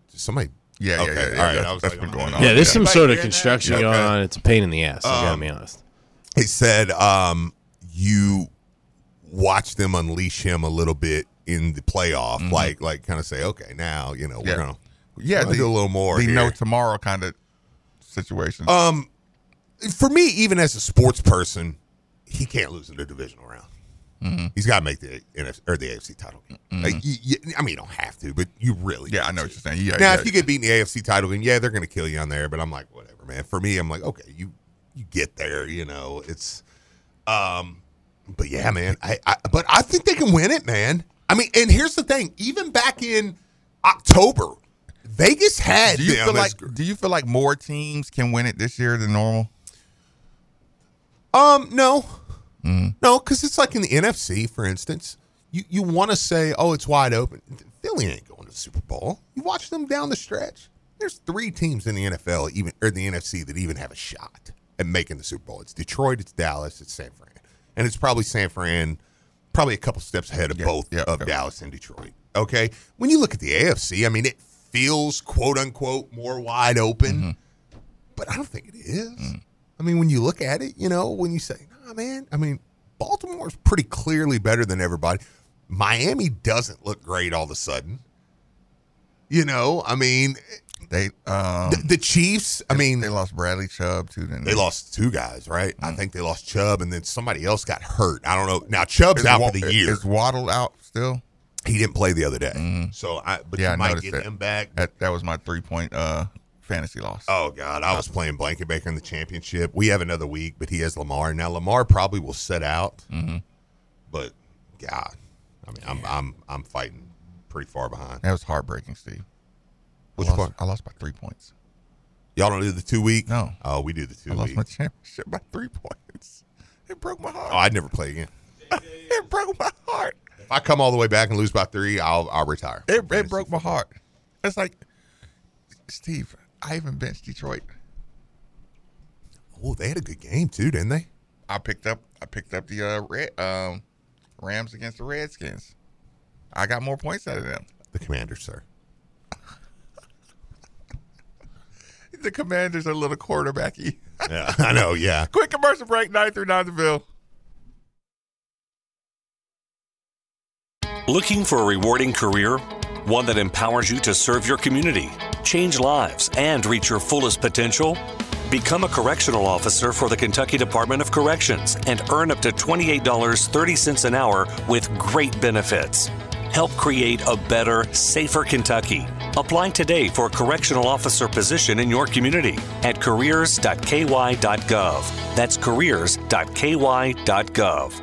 G: somebody.
D: Yeah, yeah, yeah, yeah,
G: All right,
D: that's-
G: I was
D: that's
G: like,
D: been
G: I'm
D: going
G: not-
D: on.
A: Yeah, there's some
G: Anybody
A: sort of
G: hearing that?
A: construction
G: Yeah,
A: going
G: okay.
A: on. It's a pain in the ass. I
G: Um,
A: gotta be honest.
G: He said um, you watch them unleash him a little bit in the playoff,
A: Mm-hmm.
G: like like kind of say, okay, now you know we're
D: Yeah.
G: gonna
D: Yeah,
G: we're gonna do a little more.
D: The
G: here.
D: no tomorrow kind of situation.
G: Um, for me, even as a sports person, he can't lose in the divisional round.
D: Mm-hmm.
G: He's got to make the NFC or the AFC title game. Like, you, you, I mean, you don't have to, but you really
D: yeah,
G: got
D: I know
G: to.
D: what you're saying. Yeah,
G: now,
D: yeah.
G: if you get beaten in the AFC title game, yeah, they're going to kill you on there. But I'm like, whatever, man. For me, I'm like, okay, you you get there. You know, it's um, but yeah, man. I, I but I think they can win it, man. I mean, and here's the thing: even back in October, Vegas had
D: Do you
G: them.
D: feel
G: as-
D: like do you feel like more teams can win it this year than normal?
G: Um, no,
D: Mm-hmm.
G: no, because it's like in the NFC, for instance. You you want to say, oh, it's wide open. Philly ain't going to the Super Bowl. You watch them down the stretch. There's three teams in the NFL, even or the NFC, that even have a shot at making the Super Bowl. It's Detroit, it's Dallas, it's San Fran, and it's probably San Fran, probably a couple steps ahead of both
D: yeah,
G: of
D: yeah.
G: Dallas and Detroit. Okay, when you look at the AFC, I mean, it feels quote unquote more wide open
D: Mm-hmm.
G: but I don't think it is.
D: Mm.
G: I mean, when you look at it, you know, when you say, nah, man, I mean, Baltimore's pretty clearly better than everybody. Miami doesn't look great all of a sudden. You know, I mean,
D: They um,
G: the, the Chiefs, I mean,
D: they Mm. lost Bradley Chubb too. Didn't
G: they lost two guys, right? I think they lost Chubb and then somebody else got hurt. I don't know. Now, Chubb's
D: Is
G: out
D: Wa-
G: for the year.
D: Is Waddle out still?
G: He didn't play the other day. So, I,
D: Mm-hmm.
G: but
D: Yeah, I
G: you might
D: noticed
G: get
D: that.
G: him back.
D: That that was my three point uh fantasy loss.
G: Oh God,
D: Uh,
G: I was playing Blankenbaker in the championship. We have another week, but he has Lamar now. Lamar probably will set out,
D: Mm-hmm.
G: but God, I mean, I'm I'm I'm fighting pretty far behind.
D: That was heartbreaking, Steve.
G: Which
D: I lost,
G: part?
D: I lost by three points.
G: Y'all don't do the two week?
D: No.
G: Oh, we do the two
D: I lost
G: week.
D: my championship by three points. It broke my heart.
G: oh, I'd never play again.
D: It broke my heart.
G: If I come all the way back and lose by three, I'll I'll retire.
D: It, it broke my heart. It's like, Steve, I even benched Detroit.
G: Oh, they had a good game too, didn't they?
D: I picked up I picked up the uh, red, um, Rams against the Redskins. I got more points out of them.
G: The Commanders,
D: *laughs*
G: sir.
D: The Commanders are a little quarterbacky. *laughs*
G: Yeah, I know. Yeah.
D: Quick commercial break, 939 The Bill.
J: Looking for a rewarding career? One that empowers you to serve your community, change lives, and reach your fullest potential? Become a correctional officer for the Kentucky Department of Corrections and earn up to $28.30 an hour with great benefits. Help create a better, safer Kentucky. Apply today for a correctional officer position in your community at careers.ky.gov. That's careers.ky.gov.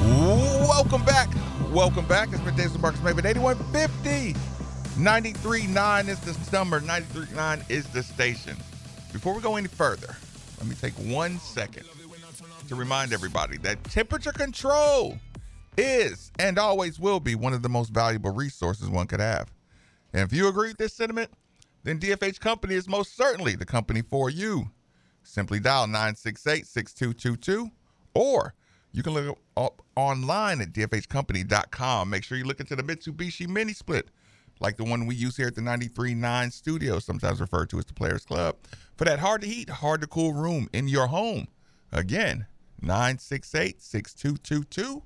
D: Welcome back. Welcome back. It's been Days with Marcus Maven. 8150. 939 is the number. 939 is the station. Before we go any further, let me take one second to remind everybody that temperature control is and always will be one of the most valuable resources one could have. And if you agree with this sentiment, then DFH Company is most certainly the company for you. Simply dial 968 6222 or you can look up online at dfhcompany.com. Make sure you look into the Mitsubishi Mini Split, like the one we use here at the 93.9 studio, sometimes referred to as the Players Club, for that hard to heat, hard to cool room in your home. Again, 968 6222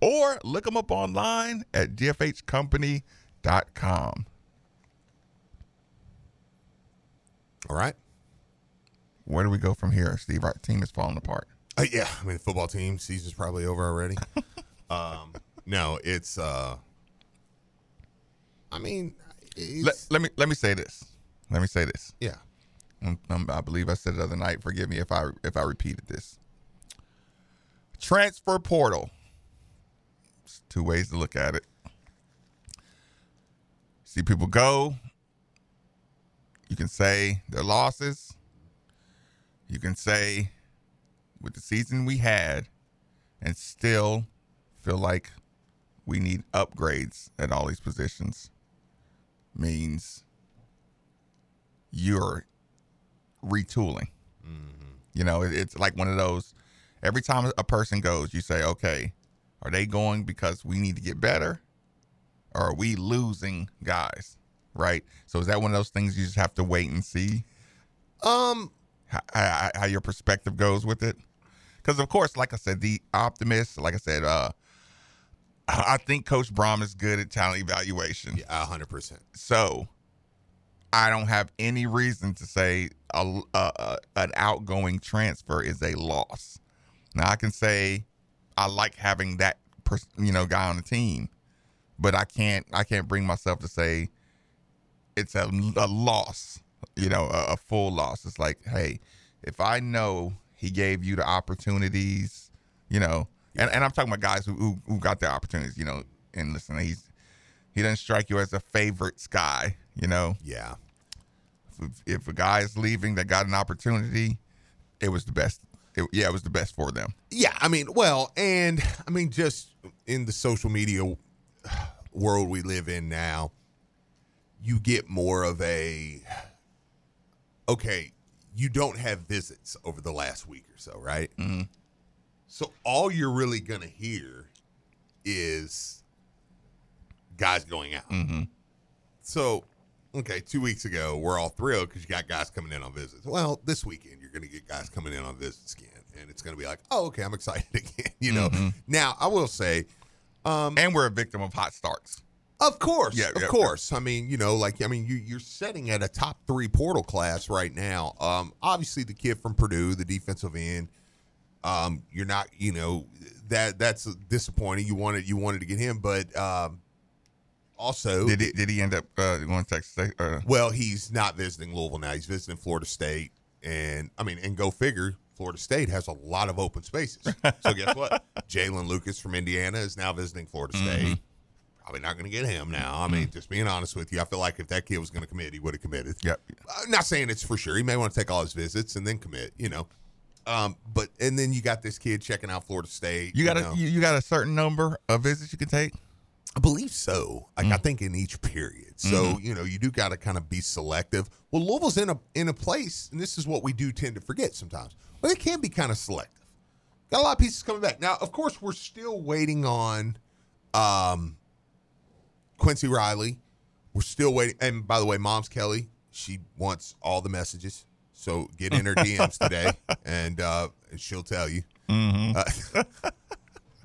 D: or look them up online at dfhcompany.com.
G: All right.
D: Where do we go from here, Steve? Our team is falling apart.
G: Uh, yeah, I mean the football team season's probably over
D: *laughs*
G: already. um, no, it's. uh I mean, it's,
D: Let, let me let me say this. Let me say this.
G: yeah,
D: Um, um, I believe I said it the other night. Forgive me if I if I repeated this. Transfer portal. It's two ways to look at it. See people go. You can say their losses. You can say with the season we had and still feel like we need upgrades at all these positions means you're retooling. You know, it, it's like one of those. Every time a person goes, you say, "Okay, are they going because we need to get better, are we losing guys? Right. So is that one of those things you just have to wait and see?
G: Um,
D: how, how, how your perspective goes with it? Because of course, like I said, the optimist. Like I said, uh, I I think Coach Brom is good at talent evaluation.
G: Yeah, hundred percent.
D: So I don't have any reason to say a, a, a- an outgoing transfer is a loss. Now I can say I like having that pers- you know guy on the team, but I can't I can't bring myself to say it's a, a loss. You know, a, a full loss. It's like, hey, if I know he gave you the opportunities, you know, and, and I'm talking about guys who, who who got the opportunities, you know, and listen, he's he doesn't strike you as a favorites guy, you know.
G: Yeah.
D: If, if a guy is leaving that got an opportunity, it was the best. It, yeah, it was the best for them.
G: Yeah, I mean, well, and I mean, just in the social media world we live in now, you get more of a okay, you don't have visits over the last week or so, right?
D: Mm-hmm.
G: So all you're really gonna hear is guys going out.
D: Mm-hmm.
G: So, okay, two weeks ago, we're all thrilled because you got guys coming in on visits. Well, this weekend, you're going to get guys coming in on visits again, and it's going to be like, oh, okay, I'm excited *laughs* again. You know,
D: Mhm.
G: now I will say, um,
D: And we're a victim of hot starts.
G: of course,
D: Yeah,
G: of
D: yeah,
G: course. I mean, you know, like I mean, you you're setting at a top three portal class right now. Um, obviously, the kid from Purdue, the defensive end. Um, you're not, you know, that that's disappointing. You wanted you wanted to get him, but um, also
D: Did he, did he end up uh, going to Texas State? Uh,
G: well, he's not visiting Louisville now. He's visiting Florida State, and I mean, and go figure, Florida State has a lot of open spaces. So
D: *laughs*
G: guess what? Jalen Lucas from Indiana is now visiting Florida
D: Mm-hmm.
G: State. Probably not going to get him now. I mean, just being honest with you, I feel like if that kid was going to commit, he would have committed.
D: yep.
G: Uh, not saying it's for sure. He may want to take all his visits and then commit. You know. Um, but and then you got this kid checking out Florida State.
D: You got
G: know.
D: a you, you got a certain number of visits you can take.
G: I believe so. Like
D: Mm.
G: I think in each period. So
D: Mm-hmm.
G: you know you do got to kind of be selective. Well, Louisville's in a in a place, and this is what we do tend to forget sometimes. Well, they can be kind of selective. Got a lot of pieces coming back now. Of course, we're still waiting on um, Quincy Riley. We're still waiting. And by the way, Mom's Kelly. She wants all the messages. So get in her DMs today,
D: *laughs*
G: and uh, she'll tell you.
D: Mm-hmm.
G: Uh, *laughs* I'm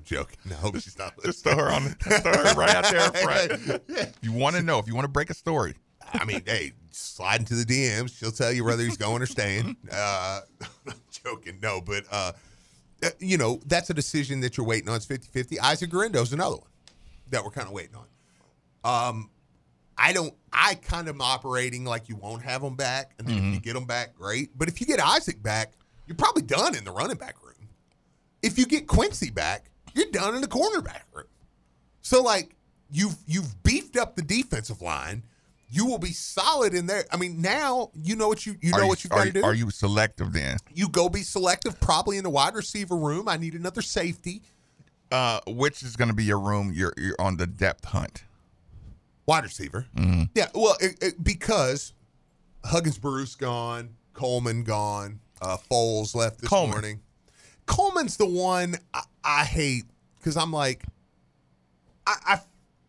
G: joking. No, I hope she's not listening.
D: Just throw her on. Throw her right out there, in front.
G: *laughs* Yeah.
D: If you want to know, if you want to break a story,
G: I mean, hey, slide into the DMs. She'll tell you whether he's going or staying. Uh, *laughs* I'm joking. No, but, uh, uh, you know, that's a decision that you're waiting on. It's 50 50. Isaac Garindo's another one that we're kind of waiting on. Um, I don't, I kind of am operating like you won't have him back. And then if
D: Mm-hmm.
G: you get him back, great. But if you get Isaac back, you're probably done in the running back room. If you get Quincy back, you're done in the cornerback room. So like you've you've beefed up the defensive line. You will be solid in there. I mean, now you know what you you know
D: are
G: what you've
D: are
G: got to do.
D: Are you selective then?
G: you go be selective, probably in the wide receiver room. I need another safety,
D: Uh, which is going to be your room? You're you're on the depth hunt.
G: wide receiver.
D: Mhm.
G: Yeah, well, it, it- because Huggins Bruce gone, Coleman gone, uh, Foles left this
D: Coleman.
G: morning. Coleman's the one I, I hate because I'm like, I,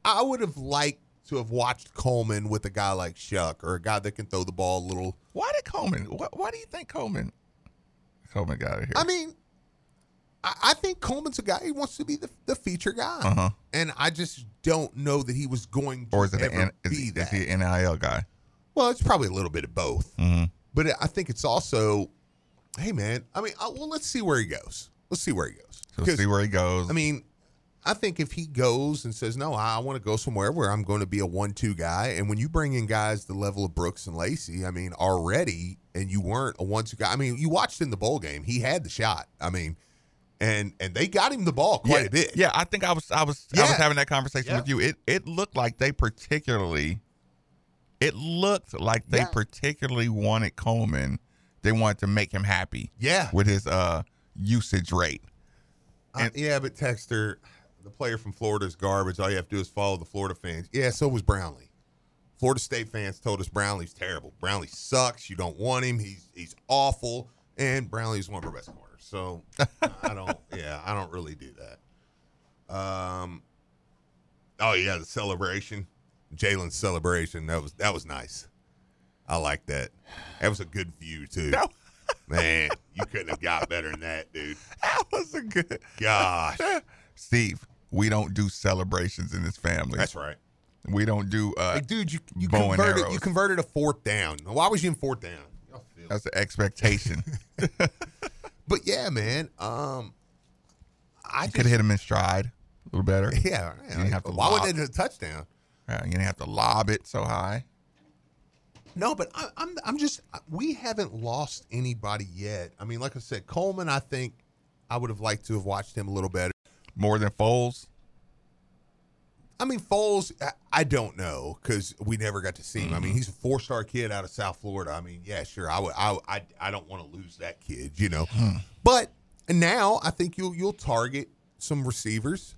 G: I I would have liked to have watched Coleman with a guy like Shuck or a guy that can throw the ball a little.
D: Why did Coleman? Why, why do you think Coleman? Coleman got out of here.
G: I mean, I, I think Coleman's a guy he wants to be the, the feature guy,
D: uh huh.
G: and I just don't know that he was going to
D: Or is it
G: ever
D: an is,
G: be
D: he-
G: that.
D: is he an NIL guy?
G: well, it's probably a little bit of both.
D: Mm-hmm.
G: But I think it's also, hey man, I mean, I, well, let's see where he goes. Let's see where he goes.
D: So
G: 'Cause,
D: see where he goes.
G: I mean, I think if he goes and says, no, I, want to go somewhere where I'm going to be a one-two guy, and when you bring in guys the level of Brooks and Lacey, I mean, already, and you weren't a one-two guy. I mean, you watched in the bowl game, he had the shot. I mean, and and they got him the ball quite
D: yeah,
G: a bit.
D: Yeah, I think I was I was I was
G: Yeah.
D: having that conversation with
G: Yeah.
D: you. It it looked like they particularly it looked like they
G: Yeah.
D: particularly wanted Coleman. They wanted to make him happy
G: yeah,
D: with his uh usage rate.
G: Uh, yeah. But Texter, the player from Florida is garbage. All you have to do is follow the Florida fans. Yeah, so was Brownlee. Florida State fans told us Brownlee's terrible. Brownlee sucks. You don't want him. He's he's awful. And Brownlee's one of our best corners. So I don't. Yeah, I don't really do that. Um, Oh yeah, the celebration, Jalen's celebration. That was that was nice. I like that. That was a good view too. Man, you couldn't have got better than *laughs* that, dude.
D: That was a good.
G: *laughs* Gosh.
D: Steve, we don't do celebrations in this family.
G: That's right.
D: We don't do. Uh,
G: Like, dude, you you
D: bow and
G: converted you
D: arrows.
G: converted a fourth down. Why was you in fourth down?
D: That's the
G: *laughs*
D: expectation.
G: But yeah, man. Um, I
D: you could hit him in stride a little better.
G: *laughs* Yeah,
D: you
G: yeah,
D: didn't have to.
G: why
D: lob,
G: would they do a touchdown?
D: uh, you didn't have to lob it so high.
G: No, but I, I'm I'm just we haven't lost anybody yet. I mean, like I said, Coleman. I think I would have liked to have watched him a little better.
D: More than Foles.
G: I mean, Foles. I, I don't know because we never got to see him. I mean, he's a four star kid out of South Florida. I mean, yeah, sure. I would. I I, I don't want to lose that kid. You know, but now I think you'll you'll target some receivers.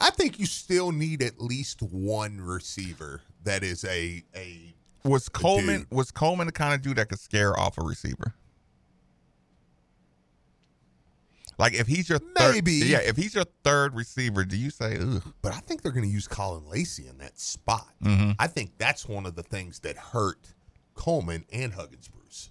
G: I think you still need at least one receiver that is a a
D: Was Coleman
G: dude.
D: was Coleman the kind of dude that could scare off a receiver? Like if he's your third,
G: Maybe.
D: yeah, if he's your third receiver, do you say, "Ugh"?
G: But I think they're going to use Colin Lacey in that spot. I think that's one of the things that hurt Coleman and Huggins Bruce.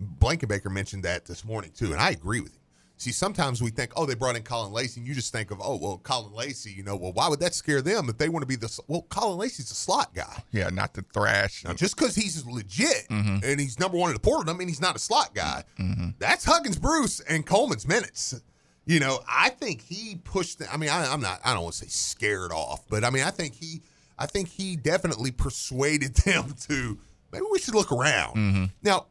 G: Blankenbaker mentioned that this morning, too, and I agree with him. See, sometimes we think, oh, they brought in Colin Lacey, and you just think of, oh, well, Colin Lacey, you know, well, why would that scare them if they want to be the. sl- Well, Colin Lacey's a slot guy.
D: Yeah, not to thrash.
G: Now, just because he's legit
D: Mm-hmm.
G: and he's number one in the portal, doesn't mean he's not a slot guy. That's Huggins Bruce and Coleman's minutes. You know, I think he pushed. The, I mean, I, I'm not. I don't want to say scared off, but I mean, I think he. I think he definitely persuaded *laughs* them to maybe we should look around.
D: Mm-hmm.
G: Now,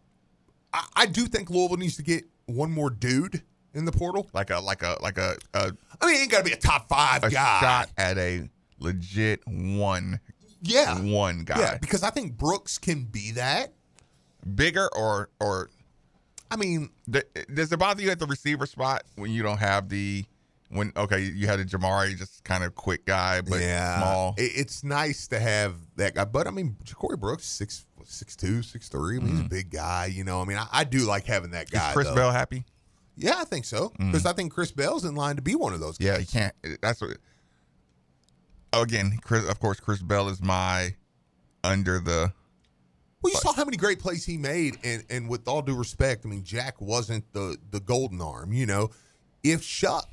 G: I, I do think Louisville needs to get one more dude in the portal.
D: like a like a like a a,
G: I mean, it ain't got to be a top five
D: a
G: guy.
D: shot at a legit one
G: Yeah,
D: one guy,
G: yeah, because I think Brooks can be that.
D: bigger or or
G: I mean,
D: th- does it bother you at the receiver spot when you don't have the when okay you had a Jamari just kind of quick guy but small
G: It- it's nice to have that guy, but I mean, Ja'Cory Brooks six six two, six three. I mean, he's a big guy. You know, I mean, I, I do like having that guy.
D: Mm. is Chris
G: though.
D: Bell Mm. happy?
G: Yeah, I think so because I think Chris Bell's in line to be one of those.
D: Yeah,
G: guys.
D: you can't. That's what. Again, Chris. Of course, Chris Bell is my under the.
G: Well, you saw how many great plays he made, and and with all due respect, I mean Jack wasn't the the golden arm. You know, if Shuck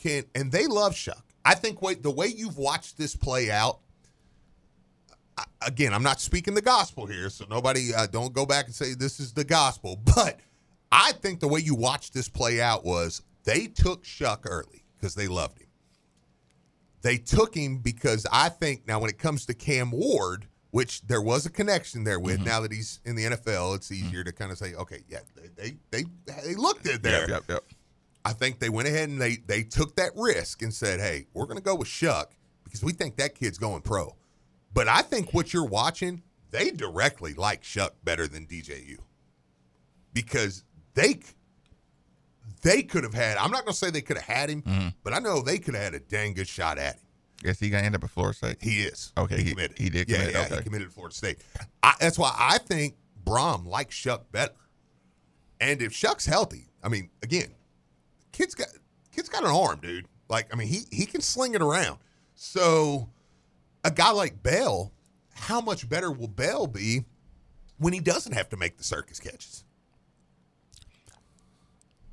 G: can, and they love Shuck. I think wait, the way you've watched this play out. I, again, I'm not speaking the gospel here, so nobody uh, don't go back and say this is the gospel. *laughs* But I think the way you watched this play out was they took Shuck early because they loved him they took him because I think now when it comes to Cam Ward, which there was a connection there with,
D: Mm-hmm.
G: now that he's in the NFL, it's easier to kind of say, okay, yeah, they they they, they looked at there.
D: Yep, yep, yep.
G: I think they went ahead and they they took that risk and said, "Hey, we're going to go with Shuck because we think that kid's going pro." But I think what you're watching, they directly like Shuck better than DJU because they they could have had. I'm not going to say they could have had him, but I know they could have had a dang good shot at him.
D: Is he gonna end up at Florida State?
G: He is.
D: Okay,
G: He,
D: he-
G: committed.
D: he did
G: Yeah,
D: commit,
G: yeah, he
D: okay.
G: committed to Florida State. I, that's why I think Brom likes Shuck better. And if Shuck's healthy, I mean, again, kid's got kid's got an arm, dude. Like, I mean, he he can sling it around. So a guy like Bell, how much better will Bell be when he doesn't have to make the circus catches?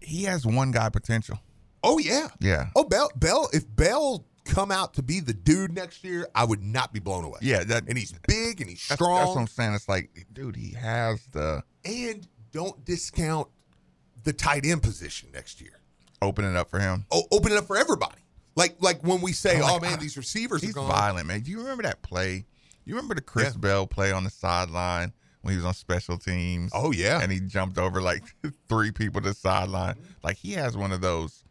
D: He has one guy potential.
G: Oh yeah.
D: Yeah.
G: Oh Bell Bell, if Bell come out to be the dude next year, I would not be blown away.
D: Yeah, that-
G: and he's big and he's
D: That's,
G: strong.
D: that's what I'm saying. It's like, dude, he has the
G: and don't discount the tight end position next year.
D: open it up for him.
G: O- open it up for everybody. Like like when we say,
D: I'm
G: "Oh
D: like,
G: man,
D: I-
G: these receivers are
D: He's
G: gone."
D: violent, man. Do you remember that play? You remember the Chris
G: Yeah.
D: Bell play on the sideline when he was on special teams?
G: Oh yeah,
D: and he jumped over like *laughs* three people to the sideline. Like he has one of those.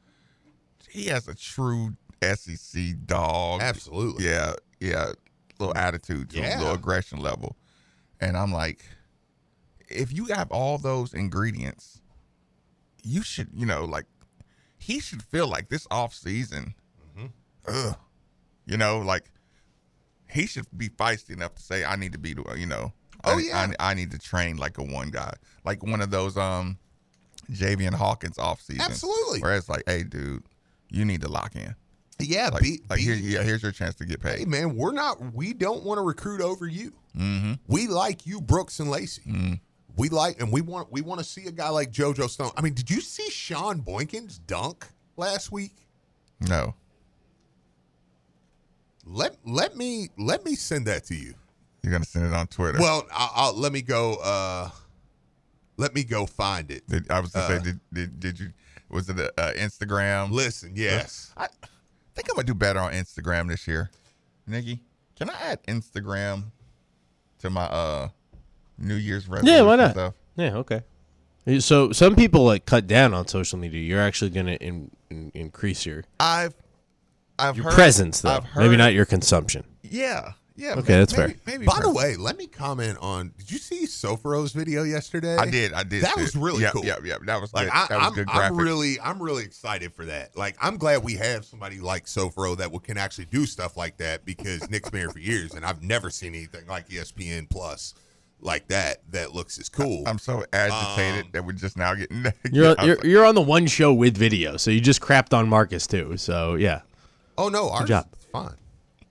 D: He has a true SEC dog.
G: absolutely.
D: Yeah, yeah. Little attitude, to him,
G: Yeah.
D: little aggression level, and I'm like, if you have all those ingredients, you should, you know, like he should feel like this off season.
G: Mm-hmm.
D: Ugh, you know, like he should be feisty enough to say, "I need to be, the- uh," you know,
G: Oh,
D: I,
G: yeah.
D: I, I need to train like a one guy, like one of those um, Javian Hawkins off season,
G: Absolutely.
D: Where it's like, hey, dude, you need to lock in.
G: Yeah,
D: like,
G: be-
D: like here, yeah, here's your chance to get paid.
G: Hey man, we're not. We don't want to recruit over you.
D: Mm-hmm.
G: We like you, Brooks and Lacey. We like, and we want. We want to see a guy like JoJo Stone. I mean, did you see Sean Boykin's dunk last week?
D: No,
G: Let let me let me send that to you.
D: you're gonna send it on Twitter.
G: Well, I'll, I'll let me go. uh Let me go find it.
D: Did- I was gonna
G: uh,
D: say, did, did did you? Was it a, uh, Instagram?
G: Listen, yes.
D: I think I'm gonna do better on Instagram this year. Nikki, can I add Instagram to my uh New Year's resolution?
A: Yeah, why not?
D: Stuff?
A: Yeah, okay. So some people like cut down on social media. You're actually going to in, in, increase your
D: I've I've
A: your
D: heard,
A: presence, though.
D: I've heard,
A: Maybe not your consumption.
D: Yeah, yeah.
A: Okay, that's fair.
D: Maybe
G: By the
D: presence.
G: way, let me comment on. Did you see Sofaro's video yesterday?
D: I did. I did.
G: That
D: see
G: was
D: it.
G: really
D: yeah,
G: cool.
D: Yeah, yeah. That was
G: Like
D: good.
G: I,
D: that was
G: I'm,
D: good
G: I'm
D: graphic.
G: really, I'm really excited for that. Like I'm glad we have somebody like Sofro that will, can actually do stuff like that because Nick's been here for years and I've never seen anything like E ESPN Plus like that that looks as cool.
D: I'm so agitated
G: Um,
D: that we're just now getting. *laughs*
A: You're
D: I was
A: you're,
D: like,
A: you're on the one show with video, so you just crapped on Marcus too. So yeah,
G: oh no, ours
A: job.
G: is fine.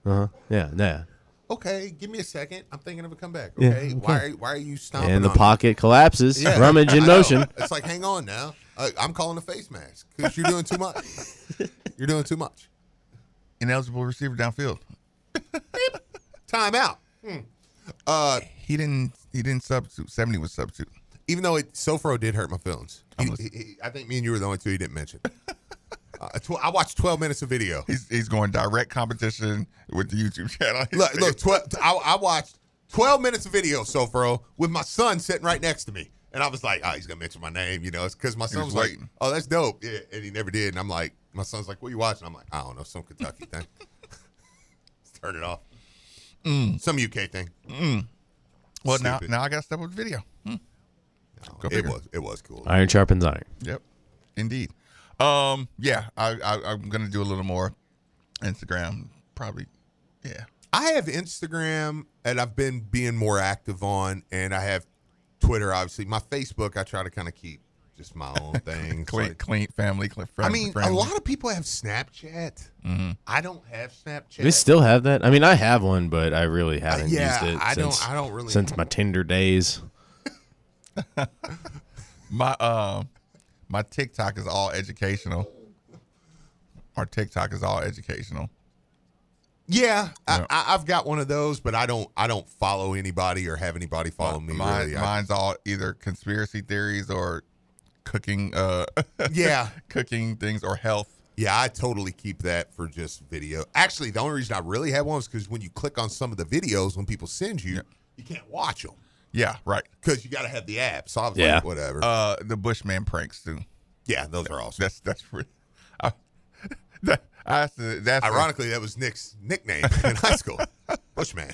A: uh huh, yeah, yeah.
G: Okay, give me a second. I'm thinking of a comeback. Okay,
A: Yeah,
G: why,
A: okay.
G: why are you stomping?
A: And the
G: on me?
A: pocket collapses.
G: Yeah,
A: Rummage in
G: I know.
A: motion.
G: It's like, hang on now. Uh, I'm calling a face mask because you're doing too much. you're doing too much.
D: ineligible receiver downfield.
G: Time out. Hmm. Uh,
D: He didn't. He didn't substitute. Seventy was substitute.
G: even though it Sofro did hurt my feelings. He-
D: listening.
G: he- he- I think me and you were the only two he didn't mention. *laughs* Uh, tw- I watched 12 minutes of video.
D: He's he's going direct competition with the YouTube channel. *laughs*
G: Look, look, tw- I, I watched 12 minutes of video, Sofro, with my son sitting right next to me. And I was like, oh, he's going to mention my name, you know, it's because my son was,
D: was
G: like,
D: waiting.
G: oh, that's dope. Yeah, and he never did. And I'm like, my son's like, what are you watching? I'm like, I don't know, some Kentucky thing. *laughs* Turn it off. Some UK thing.
D: Mm. Well, now,
G: Stupid.
D: now I got to step up with video.
G: No,
D: Go
G: it
D: figure.
G: was, it was cool.
A: Iron sharpens iron.
D: Yep, indeed. Um, yeah, I, I I'm gonna do a little more Instagram, probably. Yeah,
G: I have Instagram and I've been being more active on, and I have Twitter, obviously. My Facebook, I try to kind of keep just my own
D: *laughs*
G: thing.
D: clean,
G: Like-
D: clean family, clean
G: I
D: friends.
G: mean, a
D: friendly.
G: lot of people have Snapchat. I don't have Snapchat.
A: They still have that. I mean, I have one, but I really haven't
G: Uh, yeah,
A: used it
G: I don't-
A: since
G: I don't really-
A: since my Tinder days.
G: *laughs*
D: my um my TikTok is all educational. Our TikTok is all educational.
G: Yeah,
D: Yeah.
G: I, I, I've got one of those, but I don't. I don't follow anybody or have anybody follow me.
D: Mine,
G: really. I-
D: mine's all either conspiracy theories or cooking. Uh, *laughs*
G: Yeah.
D: cooking things or health.
G: Yeah, I totally keep that for just video. Actually, the only reason I really have one is because when you click on some of the videos when people send you, you can't watch them
D: Yeah, right.
G: because you got to have the app. So I was
A: Yeah.
G: like, whatever.
D: Uh, the Bushman pranks too.
G: yeah, those
D: *laughs*
G: are awesome.
D: That's that's really. I, that, I have to- that's
G: Ironically, that was Nick's nickname in high school. Bushman,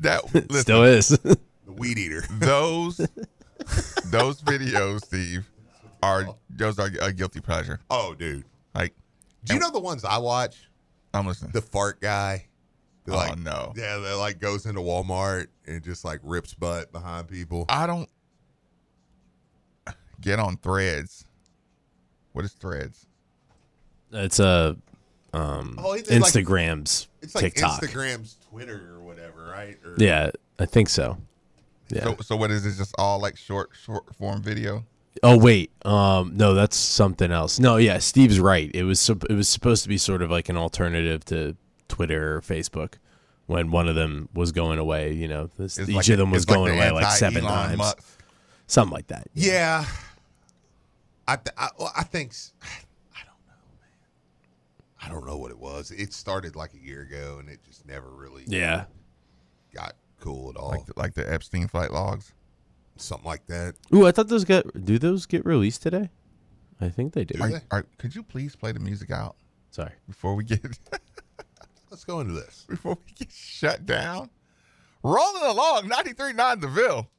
D: that listen,
A: Still is. *laughs*
G: the weed eater.
D: Mm. those those videos, Steve, are those are a guilty pleasure.
G: Oh, dude.
D: Like
G: Do you know the ones I watch?
D: I'm listening.
G: The fart guy. They're
D: Oh,
G: like,
D: no.
G: Yeah, that like goes into Walmart and just like rips butt behind people.
D: I don't get on threads. What is threads?
A: it's a um,
G: Oh, it's like-
A: Instagram's
G: It's like
A: TikTok.
G: Instagram's Twitter or whatever, right? Or,
A: Yeah, I think so. Yeah.
D: So so what is it? Just all like short short form video.
A: Oh wait, um, no, that's something else. No, yeah, Steve's right. It was sup- it was supposed to be sort of like an alternative to Twitter or Facebook when one of them was going away. You know, this,
D: It's
A: each
D: like-
A: of them was
D: it's like
A: going
D: the
A: away like
D: anti-
A: seven
D: Elon
A: times,
D: Musk.
A: something like that.
G: Yeah. I, th- I well, I think s- I don't know, man. I don't know what it was. It started like a year ago, and it just never really
A: yeah.
G: got cool at all.
D: Like the, like the Epstein flight logs.
G: Something like that.
A: Ooh, I thought those got do those get released today? I think they do.
D: Are,
G: they?
D: are, could you please play the music out
A: Sorry.
D: before we get
G: *laughs* Let's go into this.
D: before we get shut down? Rolling along, 93.9 DeVille.